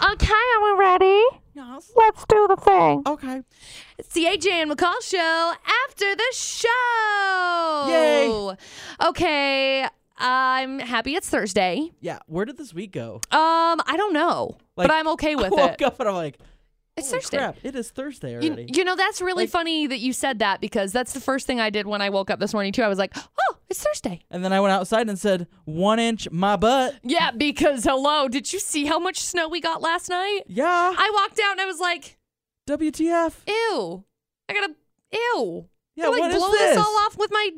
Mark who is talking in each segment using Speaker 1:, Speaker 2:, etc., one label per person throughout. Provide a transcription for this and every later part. Speaker 1: Okay, are we ready?
Speaker 2: Yes.
Speaker 1: Let's do the thing.
Speaker 2: Okay.
Speaker 3: It's the AJ and McCall show after the show. Yay. Okay. I'm happy it's Thursday.
Speaker 2: Yeah. Where did this week go?
Speaker 3: Um, I don't know,
Speaker 2: Like,
Speaker 3: but I'm okay with
Speaker 2: I woke
Speaker 3: it.
Speaker 2: up and I'm like,
Speaker 3: It's
Speaker 2: "Holy
Speaker 3: Thursday.
Speaker 2: Crap, it is Thursday
Speaker 3: You,
Speaker 2: already.
Speaker 3: you know, that's really
Speaker 2: Like-
Speaker 3: funny that you said that because that's the first thing I did when I woke up this morning, too. I was like, oh, it's Thursday.
Speaker 2: and then I went outside and said, one inch my butt.
Speaker 3: Yeah, because hello, did you see how much snow we got last night?
Speaker 2: Yeah.
Speaker 3: I walked out and I was like,
Speaker 2: WTF.
Speaker 3: ew. I gotta, ew.
Speaker 2: Yeah,
Speaker 3: I'm like
Speaker 2: what is
Speaker 3: blow
Speaker 2: this?
Speaker 3: all off with my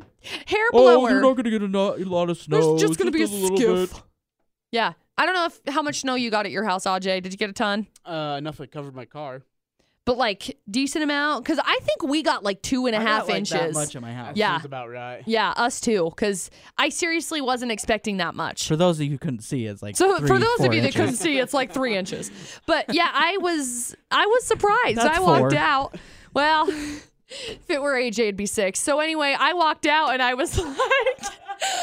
Speaker 3: hair
Speaker 2: Oh,
Speaker 3: blower.
Speaker 2: you're not gonna get a, no- a lot of
Speaker 3: There's
Speaker 2: snow.
Speaker 3: just gonna be a
Speaker 2: little
Speaker 3: skiff.
Speaker 2: bit.
Speaker 3: Yeah. I don't know if how much snow you got at your house, Aj. Did you get a ton?
Speaker 4: Uh, enough that covered my car.
Speaker 3: But like decent amount, because I think we got like two and a
Speaker 2: I
Speaker 3: half
Speaker 2: got, like,
Speaker 3: inches.
Speaker 2: That much in my house.
Speaker 3: Yeah.
Speaker 4: Sounds about right.
Speaker 3: Yeah, us too. Because I seriously wasn't expecting that much.
Speaker 2: For those of you who couldn't see, it's like
Speaker 3: So
Speaker 2: three,
Speaker 3: for those
Speaker 2: four
Speaker 3: of you that
Speaker 2: inches.
Speaker 3: couldn't see, it's like three inches. But yeah, I was I was surprised.
Speaker 2: That's
Speaker 3: I walked
Speaker 2: four.
Speaker 3: out. Well, if it were AJ, it'd be six. So anyway, I walked out and I was like,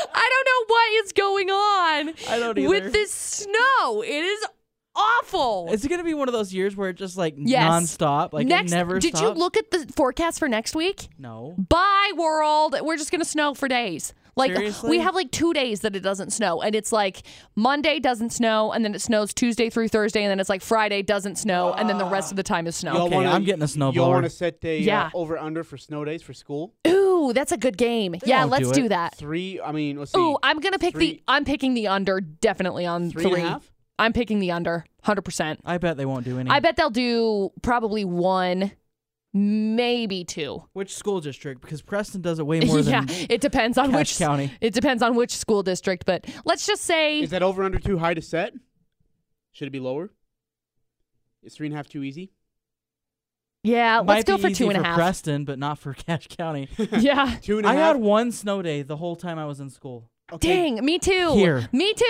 Speaker 3: I don't know what is going on
Speaker 2: I don't either.
Speaker 3: with this snow. It is awful.
Speaker 2: Is it gonna be one of those years where it just like
Speaker 3: Yes.
Speaker 2: nonstop, like
Speaker 3: next,
Speaker 2: it never
Speaker 3: did you
Speaker 2: stops?
Speaker 3: look at the forecast for next week?
Speaker 2: No.
Speaker 3: Bye world. We're just gonna snow for days. Like
Speaker 2: Seriously?
Speaker 3: we have like two days that it doesn't snow, and it's like Monday doesn't snow, and then it snows Tuesday through Thursday, and then it's like Friday doesn't snow, and then the rest of the time is snow.
Speaker 2: Okay, I'm getting a snowblower.
Speaker 4: Y'all want to set the
Speaker 3: Yeah.
Speaker 4: uh, over under for snow days for school?
Speaker 3: Ooh, that's a good game. Yeah,
Speaker 2: don't
Speaker 3: let's
Speaker 2: do
Speaker 3: do,
Speaker 2: it.
Speaker 3: that.
Speaker 4: Three. I mean, let's see.
Speaker 3: Ooh, I'm gonna pick the.
Speaker 4: Three-
Speaker 3: I'm picking the under definitely on
Speaker 4: Three
Speaker 3: three.
Speaker 4: and a half?
Speaker 3: I'm picking the under, hundred percent.
Speaker 2: I bet they won't do any.
Speaker 3: I bet they'll do probably one, maybe two.
Speaker 2: Which school district? Because Preston does it way more
Speaker 3: yeah,
Speaker 2: than
Speaker 3: it depends on
Speaker 2: Cache
Speaker 3: which
Speaker 2: County.
Speaker 3: It depends on which school district, but let's just say
Speaker 4: Is that over under too high to set? Should it be lower? Is three and a half too easy?
Speaker 3: yeah.
Speaker 2: Might
Speaker 3: Uh, Let's go
Speaker 2: be
Speaker 3: for
Speaker 2: easy
Speaker 3: two and a
Speaker 2: for
Speaker 3: half.
Speaker 2: Preston, but not for Cache County.
Speaker 3: Yeah.
Speaker 4: Two and a
Speaker 2: I had
Speaker 4: half.
Speaker 2: one snow day the whole time I was in school.
Speaker 4: Okay.
Speaker 3: Dang, me too.
Speaker 2: Here.
Speaker 3: Me too.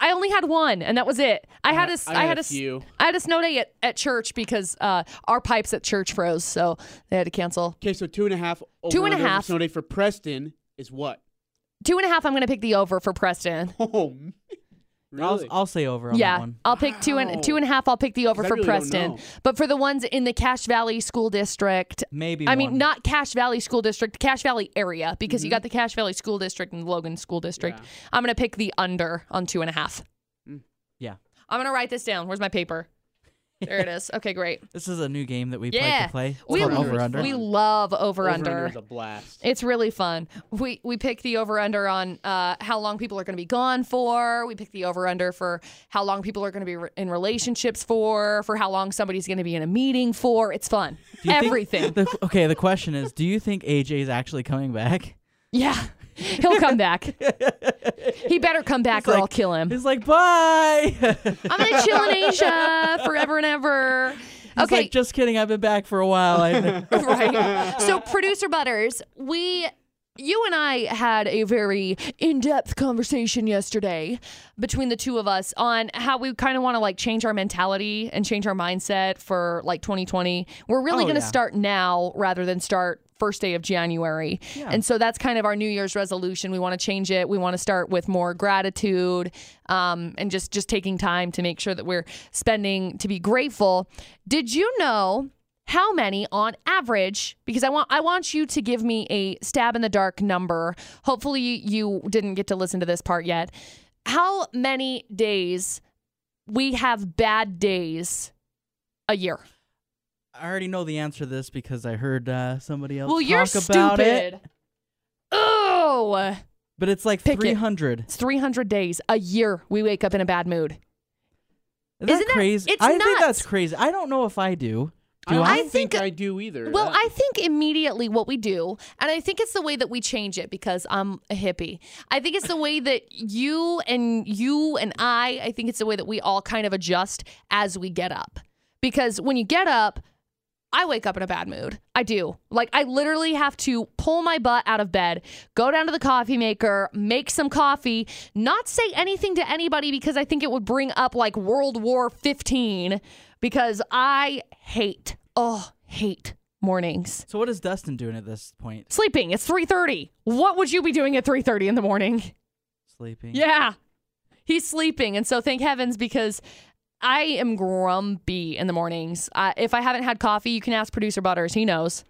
Speaker 3: I only had one, and that was it. I had a, s-
Speaker 4: I
Speaker 3: I
Speaker 4: had
Speaker 3: had
Speaker 4: a
Speaker 3: a s-
Speaker 4: few.
Speaker 3: I had a snow day at, at church because uh, our pipes at church froze, so they had to cancel.
Speaker 4: Okay, so two and a half. Over
Speaker 3: Two and a
Speaker 4: under for
Speaker 3: half.
Speaker 4: Snow day for Preston is what?
Speaker 3: Two and a half. I'm gonna pick the over for Preston.
Speaker 4: Oh, man.
Speaker 2: I'll,
Speaker 4: really?
Speaker 2: I'll say over on that
Speaker 3: Yeah,
Speaker 2: one.
Speaker 3: I'll pick two and
Speaker 4: Wow.
Speaker 3: two and a half. I'll pick the over
Speaker 4: 'Cause I
Speaker 3: for
Speaker 4: really don't
Speaker 3: Preston,
Speaker 4: know.
Speaker 3: but for the ones in the Cache Valley School District,
Speaker 2: Maybe.
Speaker 3: I mean,
Speaker 2: one. Mm-hmm.
Speaker 3: not Cache Valley School District, Cache Valley area, because you got the Cache Valley School District and the Logan School District.
Speaker 4: Yeah.
Speaker 3: I'm going to pick the under on two and a half.
Speaker 2: Yeah.
Speaker 3: I'm going to write this down. Where's my paper? There it is. Okay, great.
Speaker 2: This is a new game that we
Speaker 3: Yeah.
Speaker 2: like to play. It's
Speaker 3: We-
Speaker 2: called
Speaker 4: Over-under
Speaker 2: over
Speaker 4: is
Speaker 2: under.
Speaker 3: We
Speaker 4: Fun.
Speaker 3: love over,
Speaker 4: Over
Speaker 3: under.
Speaker 4: is a blast.
Speaker 3: It's really fun. We we pick the over under on uh, how long people are going to be gone for. We pick the over under for how long people are going to be re- in relationships for, for how long somebody's going to be in a meeting for. It's fun.
Speaker 2: Do you think-
Speaker 3: Everything.
Speaker 2: the- okay, the question is, do you think AJ is actually coming back?
Speaker 3: Yeah. He'll come back. he better come back or
Speaker 2: like-
Speaker 3: I'll kill him.
Speaker 2: He's like, bye. He's
Speaker 3: I'm going to chill in Asia forever and ever. Okay.
Speaker 2: like, just kidding. I've been back for a while. I-
Speaker 3: right. So, producer Butters, we. You and I had a very in depth conversation yesterday between the two of us on how we kind of want to like change our mentality and change our mindset for like 2020. We're really
Speaker 2: Oh,
Speaker 3: going to
Speaker 2: yeah.
Speaker 3: start now rather than start first day of January. And so that's kind of our New Year's resolution. We want to change it. We want to start with more gratitude um, and just just taking time to make sure that we're spending to be grateful. Did you know how many on average? Because I want I want you to give me a stab in the dark number. Hopefully you didn't get to listen to this part yet. How many days we have bad days a year?
Speaker 2: I already know the answer to this because I heard uh, somebody else
Speaker 3: Well,
Speaker 2: talk
Speaker 3: you're
Speaker 2: about it.
Speaker 3: stupid. Oh.
Speaker 2: But it's like
Speaker 3: Pick it.
Speaker 2: 300.
Speaker 3: It's 300 days a year we wake up in a bad mood.
Speaker 2: Is that
Speaker 3: Isn't that-
Speaker 2: crazy?
Speaker 3: it's
Speaker 2: I think
Speaker 3: nuts.
Speaker 2: that's crazy. I don't know if I do.
Speaker 4: I
Speaker 2: Do
Speaker 4: don't
Speaker 2: I?
Speaker 3: I think-
Speaker 4: think I do either.
Speaker 3: Well,
Speaker 4: That-
Speaker 3: I think immediately what we do, and I think it's the way that we change it because I'm a hippie. I think it's the way that you and you and I, I think it's the way that we all kind of adjust as we get up. Because when you get up, I wake up in a bad mood. I do. Like, I literally have to pull my butt out of bed, go down to the coffee maker, make some coffee, not say anything to anybody because I think it would bring up like World War 15 because I hate, oh, hate mornings.
Speaker 2: So what is Dustin doing at this point?
Speaker 3: Sleeping. It's 3:30. What would you be doing at 3:30 in the morning?
Speaker 2: Sleeping.
Speaker 3: Yeah. He's sleeping. And so thank heavens because I am grumpy in the mornings. Uh, if I haven't had coffee, you can ask producer Butters. He knows.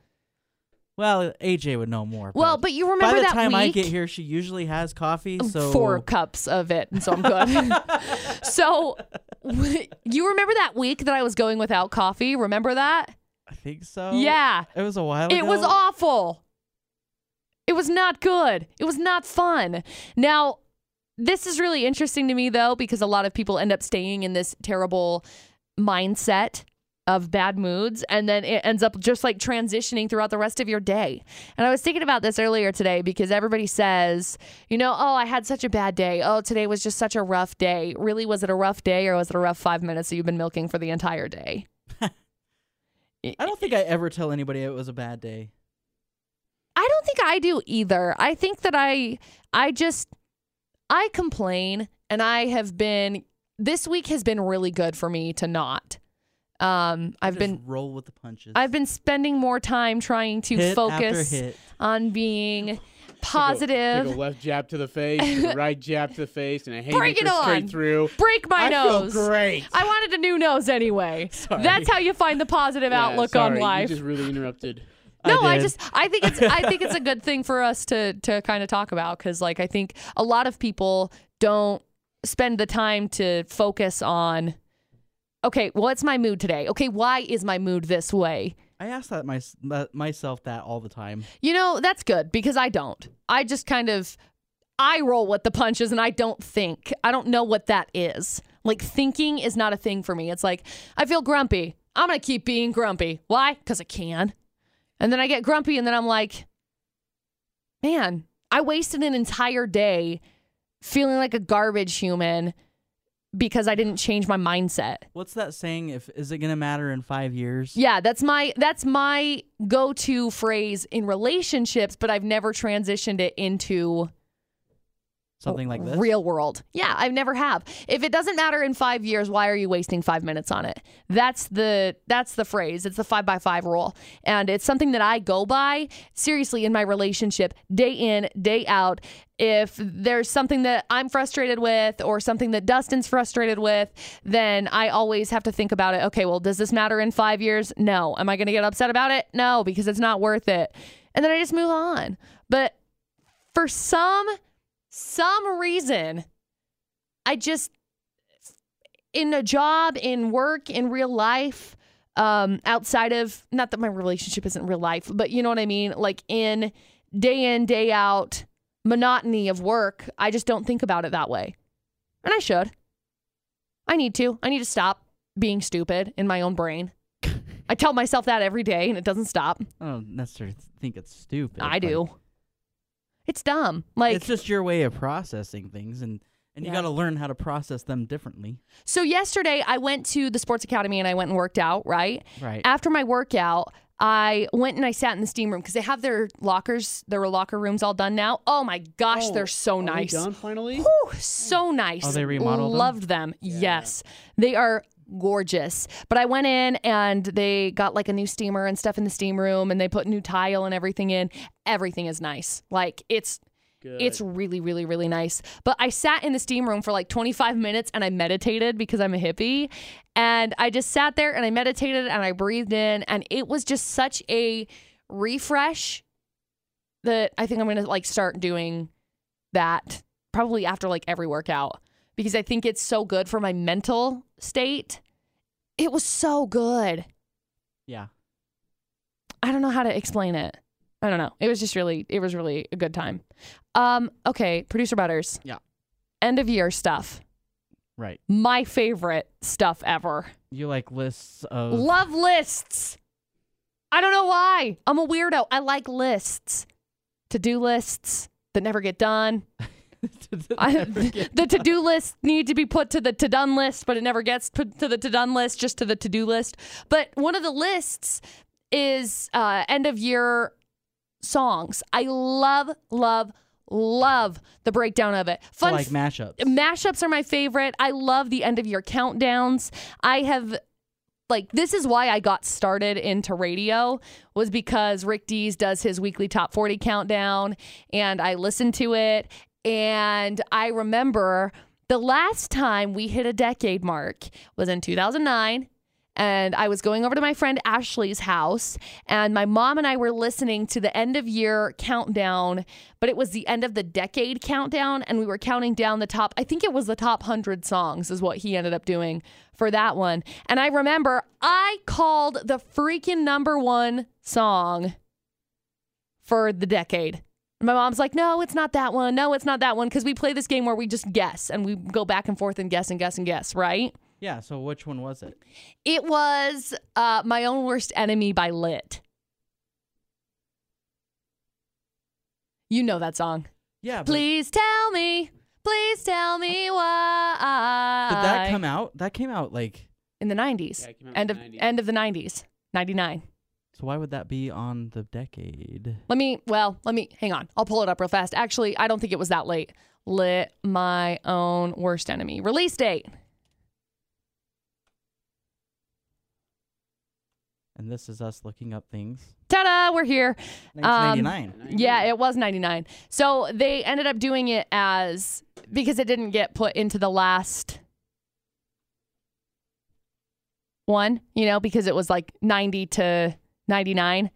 Speaker 2: Well, AJ would know more.
Speaker 3: Well, but you remember
Speaker 2: by the
Speaker 3: that
Speaker 2: time
Speaker 3: week? Um,
Speaker 2: I get here, she usually has coffee. So
Speaker 3: four cups of it, and so I'm good. so, w- you remember that week that I was going without coffee? Remember that?
Speaker 2: I think so.
Speaker 3: Yeah.
Speaker 2: it was a while ago.
Speaker 3: It was awful. It was not good. It was not fun. Now, this is really interesting to me, though, because a lot of people end up staying in this terrible mindset of bad moods and then it ends up just like transitioning throughout the rest of your day. And I was thinking about this earlier today because everybody says, you know, oh, I had such a bad day. Oh, today was just such a rough day. Really, was it a rough day or was it a rough five minutes that you've been milking for the entire day?
Speaker 2: I don't think I ever tell anybody it was a bad day.
Speaker 3: I don't think I do either. I think that I I just I complain and I have been this week has been really good for me to not. Um I've
Speaker 2: Just
Speaker 3: been
Speaker 2: roll with the punches.
Speaker 3: I've been spending more time trying to
Speaker 2: hit
Speaker 3: focus
Speaker 2: after hit.
Speaker 3: on being
Speaker 4: Take a
Speaker 3: positive.
Speaker 4: left jab to the face, take a right jab to the face, and a haymaker
Speaker 3: Bring it on.
Speaker 4: straight through.
Speaker 3: Break my
Speaker 4: I
Speaker 3: nose.
Speaker 4: feel great.
Speaker 3: I wanted a new nose anyway. That's how you find the positive
Speaker 4: Yeah,
Speaker 3: outlook
Speaker 4: sorry,
Speaker 3: on life.
Speaker 4: You just really interrupted.
Speaker 3: No, I,
Speaker 2: did.
Speaker 3: just I think it's I think it's a good thing for us to to kind of talk about because like I think a lot of people don't spend the time to focus on. Okay, what's my mood today? Okay, why is my mood this way?
Speaker 2: I ask that, my, that myself that all the time.
Speaker 3: You know, that's good because I don't. I just kind of I roll with the punches and I don't think. I don't know what that is. Like thinking is not a thing for me. It's like I feel grumpy. I'm going to keep being grumpy. Why? Cuz I can. And then I get grumpy and then I'm like man, I wasted an entire day feeling like a garbage human because I didn't change my mindset.
Speaker 2: What's that saying? If is it gonna matter in five years?
Speaker 3: Yeah, that's my that's my go-to phrase in relationships, but I've never transitioned it into
Speaker 2: Something like this.
Speaker 3: Oh, real world. Yeah, I've never have. If it doesn't matter in five years, why are you wasting five minutes on it? That's the that's the phrase. It's the five by five rule, and it's something that I go by seriously in my relationship, day in, day out. If there's something that I'm frustrated with or something that Dustin's frustrated with, then I always have to think about it. Okay, well, does this matter in five years? No. Am I going to get upset about it? No, because it's not worth it. And then I just move on. But for some some reason, I just in a job, in work, in real life, um, outside of not that my relationship isn't real life, but you know what I mean? Like in day in, day out monotony of work, I just don't think about it that way. And I should. I need to. I need to stop being stupid in my own brain. I tell myself that every day and it doesn't stop.
Speaker 2: I don't necessarily think it's stupid.
Speaker 3: I
Speaker 2: like,
Speaker 3: do. It's dumb. Like
Speaker 2: it's just your way of processing things, and and you
Speaker 3: Yeah.
Speaker 2: got to learn how to process them differently.
Speaker 3: So yesterday I went to the sports academy and I went and worked out, right?
Speaker 2: Right.
Speaker 3: After my workout, I went and I sat in the steam room because they have their lockers, their locker rooms all done now. Oh my gosh, they're so
Speaker 4: Oh, Are we
Speaker 3: nice.
Speaker 4: done finally?
Speaker 3: Whew, so nice.
Speaker 2: Oh, they remodeled them?
Speaker 3: Loved them. Yes. They are gorgeous. But I went in and they got like a new steamer and stuff in the steam room and they put new tile and everything in. Everything is nice. Like it's
Speaker 4: Good.
Speaker 3: it's really, really, really nice. But I sat in the steam room for like 25 minutes and I meditated because I'm a hippie. And I just sat there and I meditated and I breathed in. And it was just such a refresh that I think I'm going to like start doing that probably after like every workout because I think it's so good for my mental state. It was so good.
Speaker 2: yeah.
Speaker 3: I don't know how to explain it. I don't know. It was just really, it was really a good time. Um, okay, producer Butters.
Speaker 2: Yeah.
Speaker 3: End of year stuff.
Speaker 2: Right.
Speaker 3: My favorite stuff ever.
Speaker 2: You like lists of.
Speaker 3: Love lists. I don't know why. I'm a weirdo. I like lists, to do lists that never get done. I, the to do list need to be put to the to done list, but it never gets put to the to done list, just to the to do list. But one of the lists is uh, end of year songs. I love, love, love the breakdown of it.
Speaker 2: So,
Speaker 3: Fun
Speaker 2: like mashups.
Speaker 3: mashups are my favorite. I love the end of year countdowns. I have like this is why I got started into radio was because Rick Dees does his weekly top 40 countdown and I listened to it and I remember The last time we hit a decade mark was in 2009. And I was going over to my friend Ashley's house, and my mom and I were listening to the end of year countdown, but it was the end of the decade countdown, and we were counting down the top. I think it was the top 100 songs, is what he ended up doing for that one. And I remember I called the freaking number one song for the decade. And My mom's like, no, it's not that one. No, it's not that one. Because we play this game where we just guess and we go back and forth and guess and guess and guess, right?
Speaker 2: Yeah. So which one was it?
Speaker 3: It was uh, My Own Worst Enemy by Lit. You know that song.
Speaker 2: Yeah. but
Speaker 3: Please tell me. Please tell me why.
Speaker 2: Did that come out? That came out like.
Speaker 3: in the 90s?
Speaker 4: Yeah, it came out in
Speaker 3: end
Speaker 4: the
Speaker 3: of
Speaker 4: 90s.
Speaker 3: end of the 90s. 99.
Speaker 2: So why would that be on the decade?
Speaker 3: Let me, well, let me, hang on. I'll pull it up real fast. Actually, I don't think it was that late. Lit my own worst enemy. Release date.
Speaker 2: And this is us looking up things.
Speaker 3: Ta da, we're here.
Speaker 2: 1999.
Speaker 3: Yeah, it was 99. So they ended up doing it as, because it didn't get put into the last one, you know, because it was like 90 to 99.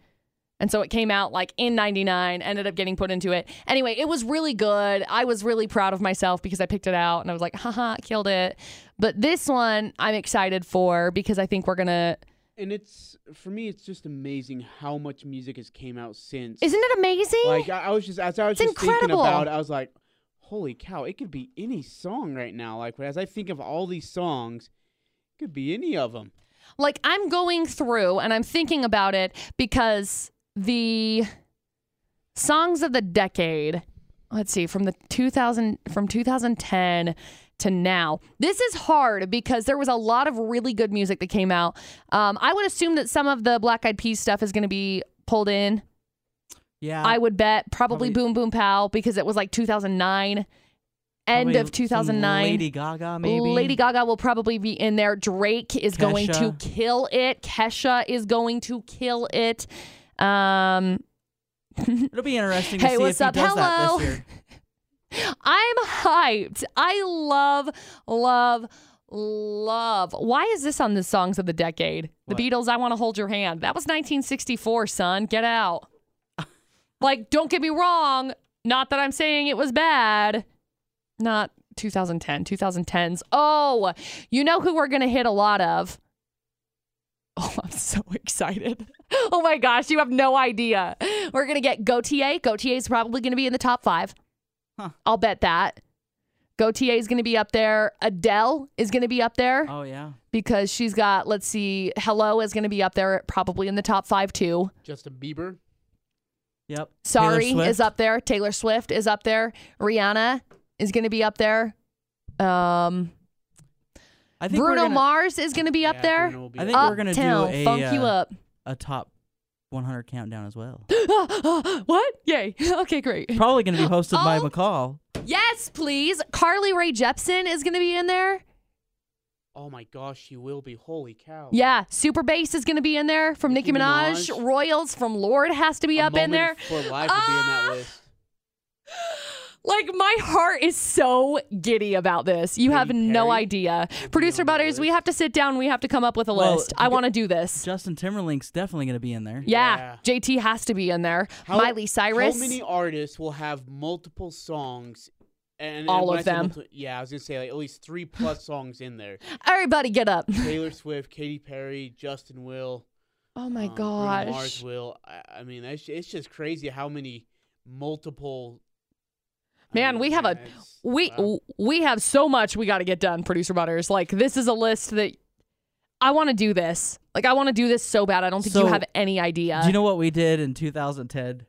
Speaker 3: And so it came out like in 99, ended up getting put into it. Anyway, it was really good. I was really proud of myself because I picked it out and I was like, haha, killed it. But this one I'm excited for because I think we're going to.
Speaker 4: And it's for me, it's just amazing how much music has came out since.
Speaker 3: Isn't it amazing?
Speaker 4: like I, I was just as I
Speaker 3: It's
Speaker 4: was just thinking
Speaker 3: incredible.
Speaker 4: about, it, I was like, "Holy cow! It could be any song right now." Like as I think of all these songs, it could be any of them.
Speaker 3: like I'm going through and I'm thinking about it because the songs of the decade, let's see, from the 2000 from 2010 to now. This is hard because there was a lot of really good music that came out. Um, I would assume that some of the Black Eyed Peas stuff is going to be pulled in.
Speaker 2: Yeah.
Speaker 3: I would bet
Speaker 2: probably-
Speaker 3: probably, Boom Boom Pow because it was like 2009 end
Speaker 2: probably
Speaker 3: of
Speaker 2: some
Speaker 3: 2009.
Speaker 2: Lady Gaga, maybe.
Speaker 3: Lady Gaga will probably be in there. Drake is going to
Speaker 2: Kesha.
Speaker 3: kill it. Kesha is going to kill it. Um,
Speaker 2: It'll be interesting to
Speaker 3: Hey,
Speaker 2: see
Speaker 3: what's
Speaker 2: if
Speaker 3: up?
Speaker 2: he does that
Speaker 3: Hello.
Speaker 2: this year.
Speaker 3: I'm hyped. I love, love, love. Why is this on the songs of the decade?
Speaker 2: What?
Speaker 3: The Beatles, I Want to Hold Your Hand. That was 1964, son. Get out. like, don't get me wrong. Not that I'm saying it was bad. Not 2010, 2010s. Oh, you know who we're going to hit a lot of? Oh, I'm so excited. Oh my gosh, you have no idea. We're going to get Gautier. Gautier's probably going to be in the top five.
Speaker 2: Huh.
Speaker 3: I'll bet that. Gautier is going to be up there. Adele is going to be up there
Speaker 2: Oh yeah.
Speaker 3: because she's got, let's see, Hello is going to be up there, probably in the top five too.
Speaker 4: Justin Bieber,
Speaker 2: Yep.
Speaker 3: Sorry
Speaker 2: Taylor
Speaker 3: is
Speaker 2: Swift.
Speaker 3: up there. Taylor Swift is up there. Rihanna is going to be up there. Um,
Speaker 2: I think we're
Speaker 3: Bruno
Speaker 2: gonna,
Speaker 3: Mars is going to be up
Speaker 4: Yeah,
Speaker 3: there.
Speaker 4: Bruno will be
Speaker 2: I
Speaker 4: up
Speaker 2: think
Speaker 4: there.
Speaker 2: we're gonna do
Speaker 3: Uptown,
Speaker 2: a,
Speaker 3: funk you
Speaker 2: uh,
Speaker 3: up.
Speaker 2: a top 100 countdown as well.
Speaker 3: what? Yay. Okay, great.
Speaker 2: Probably going to be hosted by
Speaker 3: Oh.
Speaker 2: McCall.
Speaker 3: Yes, please. Carly Ray Jepsen is going to be in there.
Speaker 4: Oh my gosh, she will be. Holy cow!
Speaker 3: Yeah, Super Bass is going to be in there from Nicki,
Speaker 4: Nicki
Speaker 3: Minaj.
Speaker 4: Minaj.
Speaker 3: Royals from Lord has to be
Speaker 4: A
Speaker 3: up in
Speaker 4: Moment
Speaker 3: there.
Speaker 4: For life will be in that
Speaker 3: Ah!
Speaker 4: list.
Speaker 3: Like my heart is so giddy about this. You have
Speaker 4: Katy
Speaker 3: no
Speaker 4: Perry
Speaker 3: idea.
Speaker 4: be
Speaker 3: Producer
Speaker 4: on that
Speaker 3: Butters, we
Speaker 4: list.
Speaker 3: have to sit down. We have to come up with a
Speaker 2: Well,
Speaker 3: list. I
Speaker 2: ju-
Speaker 3: want to do this.
Speaker 2: Justin Timberlake's definitely going to be in there.
Speaker 3: Yeah, JT has to be in there.
Speaker 4: How-
Speaker 3: Miley Cyrus.
Speaker 4: How many artists will have multiple songs? And, and
Speaker 3: All
Speaker 4: when
Speaker 3: of
Speaker 4: I say
Speaker 3: them.
Speaker 4: multi- yeah, I was gonna say like at least three plus songs in there.
Speaker 3: Everybody get up.
Speaker 4: Taylor Swift, Katy Perry, Justin Will.
Speaker 3: Oh my
Speaker 4: um, Bruno Mars
Speaker 3: gosh.
Speaker 4: will. I, I mean, that's, it's just crazy how many multiple. I
Speaker 3: Man,
Speaker 4: mean,
Speaker 3: we have a
Speaker 4: it's-
Speaker 3: We
Speaker 4: wow.
Speaker 3: we have so much we got to get done, producer Butters. Like this is a list that I want to do this. Like I want to do this so bad. I don't think you
Speaker 2: So,
Speaker 3: have any idea.
Speaker 2: Do you know what we did in 2010?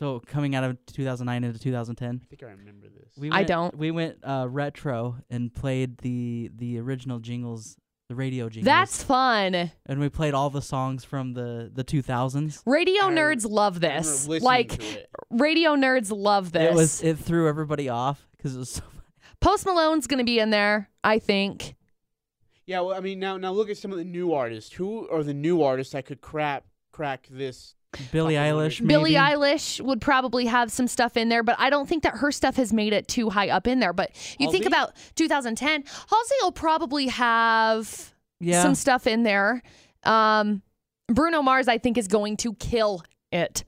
Speaker 2: So coming out of 2009 into 2010,
Speaker 4: I think I remember this.
Speaker 2: we
Speaker 3: I
Speaker 2: went-
Speaker 3: don't.
Speaker 2: We went uh, retro and played the the original jingles, the radio jingles.
Speaker 3: That's fun.
Speaker 2: and we played all the songs from the the 2000s.
Speaker 3: Radio
Speaker 4: I rem-
Speaker 3: nerds love
Speaker 4: I remember
Speaker 3: this.
Speaker 4: listening
Speaker 3: Like
Speaker 4: to it.
Speaker 3: radio nerds love this.
Speaker 2: It was it threw everybody off because it was so.
Speaker 3: Post Malone's gonna be in there, I think.
Speaker 4: Yeah, well, I mean, now now look at some of the new artists. Who are the new artists that could crap crack this?
Speaker 2: Billie Eilish. Maybe.
Speaker 3: Billie Eilish would probably have some stuff in there, but I don't think that her stuff has made it too high up in there. But you think
Speaker 4: Halsey?
Speaker 3: about 2010, Halsey will probably have
Speaker 2: Yeah.
Speaker 3: some stuff in there. Um, Bruno Mars, I think, is going to kill it.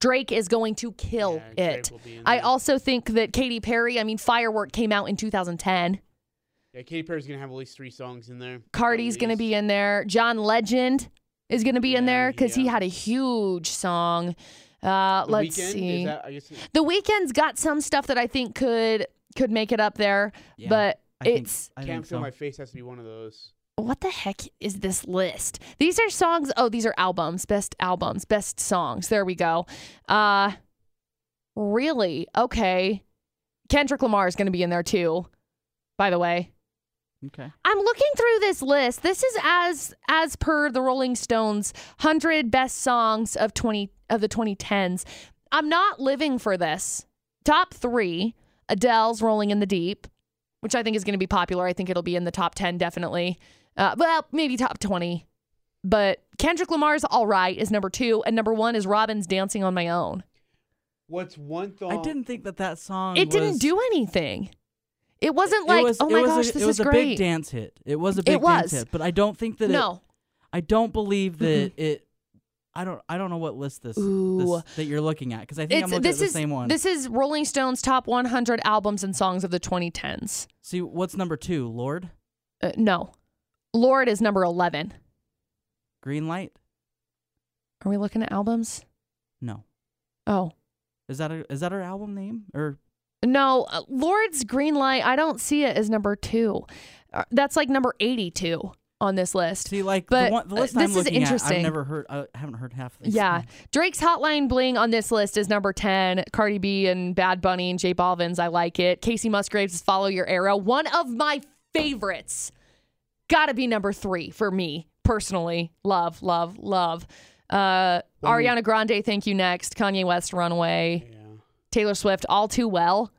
Speaker 3: Drake is going to kill
Speaker 4: Yeah, Drake
Speaker 3: it.
Speaker 4: will be in
Speaker 3: I
Speaker 4: there.
Speaker 3: also think that Katy Perry, I mean, Firework came out in 2010.
Speaker 4: Yeah, Katy Perry's gonna have at least three songs in there. at
Speaker 3: Cardi's going to
Speaker 4: least.
Speaker 3: be in there. John Legend is going to be in
Speaker 4: Yeah,
Speaker 3: there because he
Speaker 4: yeah.
Speaker 3: had a huge song. Uh,
Speaker 4: The
Speaker 3: let's
Speaker 4: Weeknd, is
Speaker 3: see.
Speaker 4: that- I guess-
Speaker 3: The weekend's got some stuff that I think could could make it up there,
Speaker 2: Yeah,
Speaker 3: but
Speaker 2: I think-
Speaker 3: it's
Speaker 2: I
Speaker 4: can't
Speaker 2: think
Speaker 4: feel
Speaker 2: so.
Speaker 4: my face has to be one of those.
Speaker 3: what the heck is this list? These are songs. Oh, these are albums, best albums, best songs. There we go. Uh really? Okay. Kendrick Lamar is going to be in there too. By the way,
Speaker 2: okay.
Speaker 3: I'm looking through this list. This is as as per the Rolling Stones 100 best songs of 20 of the 2010s. I'm not living for this. Top 3, Adele's Rolling in the Deep, which I think is going to be popular. I think it'll be in the top 10 definitely. Uh, well, maybe top 20. But Kendrick Lamar's All Right is number 2 and number 1 is Robin's Dancing on My Own.
Speaker 4: What's one thought?
Speaker 2: I didn't think that that song.
Speaker 3: It didn't
Speaker 2: was-
Speaker 3: do anything. It wasn't
Speaker 2: it
Speaker 3: like,
Speaker 2: was-
Speaker 3: "Oh
Speaker 2: it
Speaker 3: my
Speaker 2: was
Speaker 3: gosh,
Speaker 2: a,
Speaker 3: this
Speaker 2: it was
Speaker 3: is
Speaker 2: a
Speaker 3: great."
Speaker 2: big dance hit. It was a big dance
Speaker 3: was.
Speaker 2: hit, but I don't think that. It,
Speaker 3: no.
Speaker 2: I don't believe that it. I don't. I don't know what list this,
Speaker 3: Ooh.
Speaker 2: this that you're looking at because I think I'm looking
Speaker 3: this
Speaker 2: at the
Speaker 3: is,
Speaker 2: same one.
Speaker 3: This is Rolling Stone's top 100 albums and songs of the 2010s.
Speaker 2: See what's number two? Lord,
Speaker 3: Uh, no, Lord is number 11.
Speaker 2: Green Light.
Speaker 3: Are we looking at albums?
Speaker 2: No,
Speaker 3: Oh
Speaker 2: is that a, is that her album name or
Speaker 3: no, uh, Lord's Green Light. I don't see it as number two. Uh, that's like number 82 on this list.
Speaker 2: see like
Speaker 3: But,
Speaker 2: the one the
Speaker 3: uh,
Speaker 2: list
Speaker 3: this
Speaker 2: I'm
Speaker 3: is
Speaker 2: looking at?
Speaker 3: interesting.
Speaker 2: I've never heard. I haven't heard half of these.
Speaker 3: Yeah,
Speaker 2: songs.
Speaker 3: Drake's Hotline Bling on this list is number 10. Cardi B and Bad Bunny and J Balvin's I Like It. Casey Musgraves is Follow Your Arrow. One of my favorites. Gotta be number three for me personally. Love, love, love. Uh, Ariana Grande, Thank You Next. Kanye West, Runaway.
Speaker 4: Yeah.
Speaker 3: Taylor Swift, All Too Well.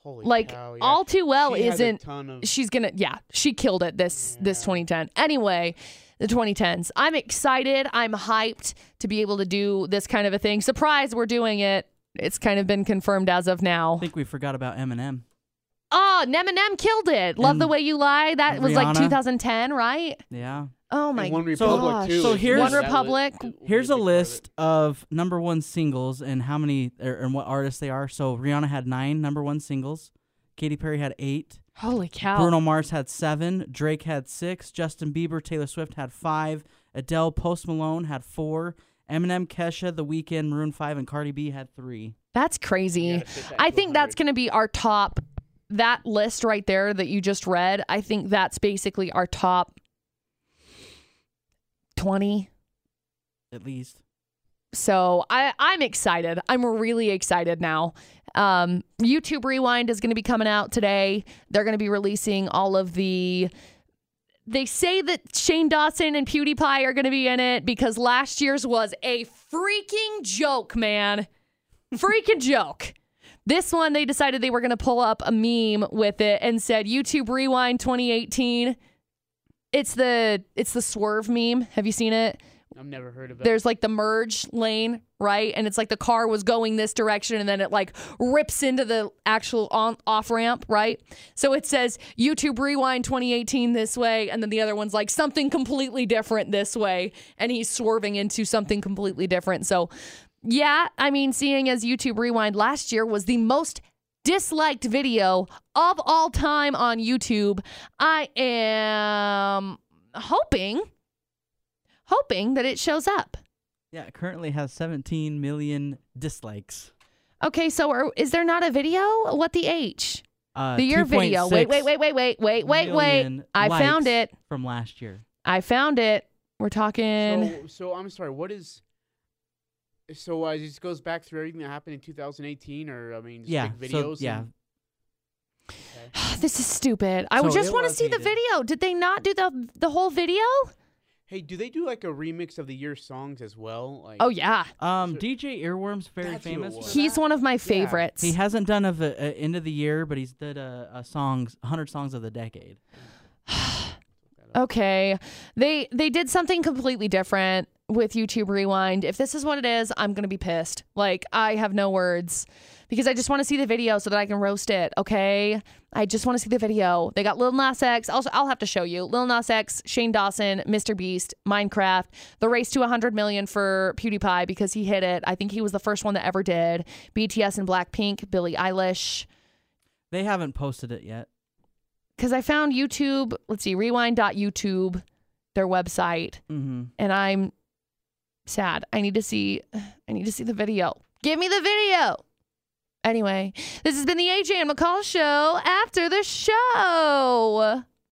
Speaker 4: Holy
Speaker 3: Like,
Speaker 4: cow, yeah.
Speaker 3: All Too Well
Speaker 4: She has a
Speaker 3: isn't
Speaker 4: ton of-
Speaker 3: she's gonna yeah she killed it this this
Speaker 4: Yeah.
Speaker 3: 2010 anyway the 2010s i'm excited i'm hyped to be able to do this kind of a thing surprise we're doing it it's kind of been confirmed as of
Speaker 2: I
Speaker 3: now
Speaker 2: think we forgot about Eminem.
Speaker 3: oh neminem killed it love
Speaker 2: And
Speaker 3: the way you lie that was like
Speaker 2: Rihanna.
Speaker 3: 2010 right
Speaker 2: Yeah.
Speaker 3: oh my
Speaker 4: and One Republic
Speaker 3: gosh
Speaker 4: too.
Speaker 2: So
Speaker 4: is
Speaker 2: here's-
Speaker 4: that li-
Speaker 3: One Republic.
Speaker 4: will be
Speaker 2: Here's a
Speaker 4: big part of it.
Speaker 2: list of number one singles and how many or, and what artists they are. So Rihanna had nine number one singles. Katy Perry had eight.
Speaker 3: holy cow
Speaker 2: Bruno Mars had seven. Drake had six. Justin Bieber, Taylor Swift had five. Adele, Post Malone had four. Eminem, Kesha, The Weeknd, Maroon Five, and Cardi B had three.
Speaker 3: that's crazy
Speaker 4: You gotta fit that
Speaker 3: I
Speaker 4: into
Speaker 3: think that's
Speaker 4: 100.
Speaker 3: going to be our top. That list right there that you just read, I think that's basically our top 20.
Speaker 2: At least
Speaker 3: So I, I'm excited. I'm really excited now. Um, YouTube Rewind is going to be coming out today. They're going to be releasing all of the. They say that Shane Dawson and PewDiePie are going to be in it because last year's was a freaking joke, man. Freaking joke. This one, they decided they were going to pull up a meme with it and said YouTube Rewind 2018. It's the it's the swerve meme. Have you seen it?
Speaker 4: I've never heard of it.
Speaker 3: there's like the merge lane, right? And it's like the car was going this direction and then it like rips into the actual on off ramp, right? So it says YouTube Rewind 2018 this way and then the other one's like something completely different this way and he's swerving into something completely different. So yeah, I mean seeing as YouTube Rewind last year was the most disliked video of all time on YouTube, I am hoping hoping that it shows up.
Speaker 2: yeah, it currently has 17 million dislikes.
Speaker 3: Okay, so are, is there not a video? What the H?
Speaker 2: Uh,
Speaker 3: The year video. Wait, wait, wait, wait, wait, wait, wait, wait.
Speaker 2: 2.6
Speaker 3: I
Speaker 2: million
Speaker 3: found
Speaker 2: likes
Speaker 3: it.
Speaker 2: from last year.
Speaker 3: I found it. We're talking.
Speaker 4: So, so I'm sorry. What is? So uh, this goes back through everything that happened in 2018, or I mean, just
Speaker 2: Yeah,
Speaker 4: like
Speaker 2: so
Speaker 4: videos.
Speaker 2: yeah,
Speaker 4: and-
Speaker 3: this is stupid. I
Speaker 2: So
Speaker 3: just
Speaker 2: it
Speaker 3: want to
Speaker 2: was
Speaker 3: see the
Speaker 2: hated.
Speaker 3: video. Did they not do the the whole video?
Speaker 4: Hey, do they do like a remix of the year songs as well? Like,
Speaker 3: Oh yeah,
Speaker 2: Um,
Speaker 4: So-
Speaker 2: DJ Earworm's very
Speaker 4: That's who it
Speaker 2: famous.
Speaker 4: was.
Speaker 2: for
Speaker 3: he's
Speaker 2: that.
Speaker 3: one of my favorites.
Speaker 2: He hasn't done of a, a end of the year, but he's did a, a songs, hundred songs of the decade.
Speaker 3: okay, they they did something completely different. with YouTube Rewind. If this is what it is, I'm gonna be pissed. Like I have no words because I just want to see the video so that I can roast it. Okay, I just want to see the video. They got Lil Nas X. Also, I'll have to show you Lil Nas X, Shane Dawson, Mr. Beast, Minecraft, the race to 100 million for PewDiePie because he hit it. I think he was the first one that ever did. BTS and Blackpink, Billie Eilish.
Speaker 2: They haven't posted it yet.
Speaker 3: Because I found YouTube. Let's see, Rewind.youtube, their website
Speaker 2: Mm-hmm.
Speaker 3: and I'm sad. I need to see I need to see the video. Give me the video. Anyway, this has been the AJ and McCall show after the show.